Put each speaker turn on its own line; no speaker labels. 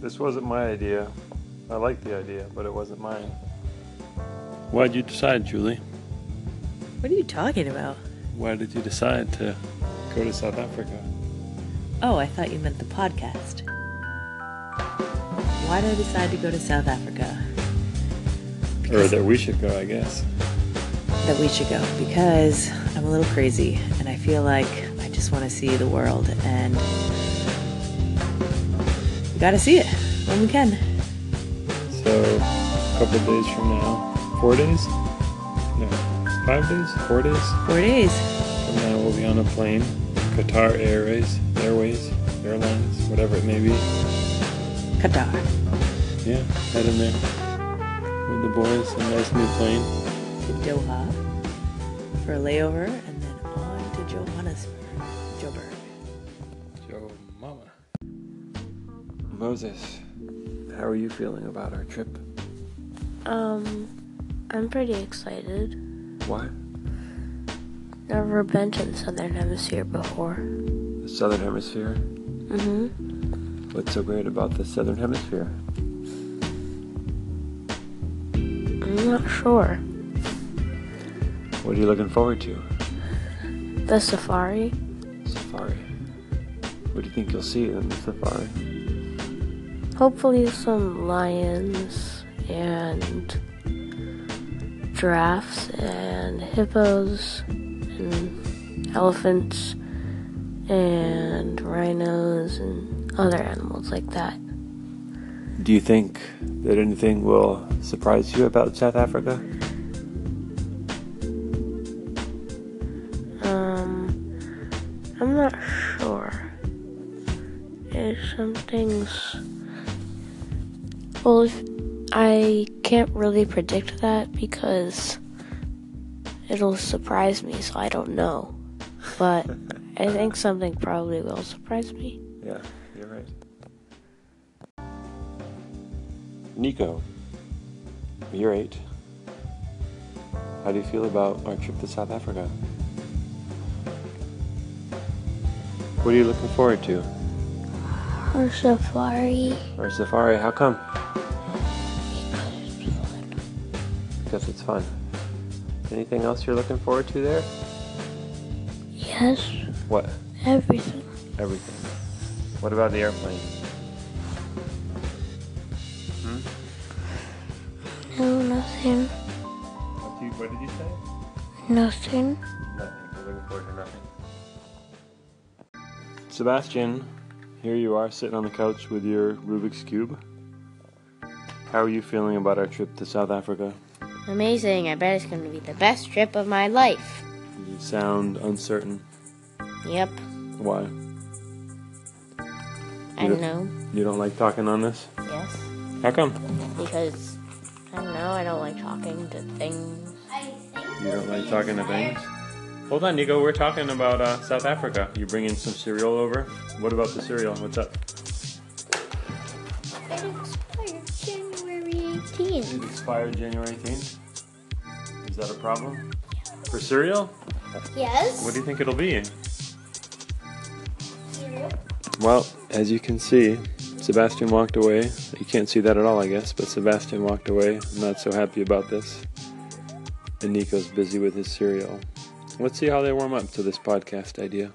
This wasn't my idea. I like the idea, but it wasn't mine.
Why'd you decide, Julie?
What are you talking about?
Why did you decide to go to South Africa?
Oh, I thought you meant the podcast. Why did I decide to go to South Africa?
Or that we should go, I guess.
That we should go because I'm a little crazy and I feel like I just want to see the world and we gotta see it when we can.
So, a couple days from now, four days? No, five days? Four days?
Four days.
From now, we'll be on a plane. Qatar Airways, Airways, Airlines, whatever it may be.
Qatar.
Yeah, head in there with the boys. A nice new plane.
To Doha for a layover and then on to Johannesburg. Joburg.
Joe, mama.
Moses, how are you feeling about our trip?
Um, I'm pretty excited.
Why?
Never been to the Southern Hemisphere before.
The Southern Hemisphere?
Mm-hmm.
What's so great about the Southern Hemisphere?
I'm not sure.
What are you looking forward to?
The safari?
Safari. What do you think you'll see in the safari?
Hopefully some lions and giraffes and hippos and elephants and rhinos and other animals like that.
Do you think that anything will surprise you about South Africa?
Um, I'm not sure. If some things. Well, if I can't really predict that because it'll surprise me, so I don't know. But I think something probably will surprise me.
Yeah, you're right. Nico, you're eight. How do you feel about our trip to South Africa? What are you looking forward to?
Or safari.
Our safari, how come? Because it's fun. Anything else you're looking forward to there?
Yes,
What?
everything.
Everything. What about the airplane?
No, nothing.
What, you, what did you say?
Nothing.
Nothing. We're looking forward to nothing. Sebastian, here you are sitting on the couch with your Rubik's Cube. How are you feeling about our trip to South Africa?
Amazing. I bet it's going to be the best trip of my life.
You sound uncertain.
Yep.
Why?
I don't know.
You don't like talking on this?
Yes.
How come?
Because, I don't know, I don't like talking to things.
You don't like talking to things? Hold on, Nico. We're talking about uh, South Africa. You bringing some cereal over? What about the cereal? What's up?
It expired January 18th.
It expired January 18th. Is that a problem? For cereal?
Yes.
What do you think it'll be? Well, as you can see, Sebastian walked away. You can't see that at all, I guess, but Sebastian walked away. I'm not so happy about this. And Nico's busy with his cereal. Let's see how they warm up to this podcast idea.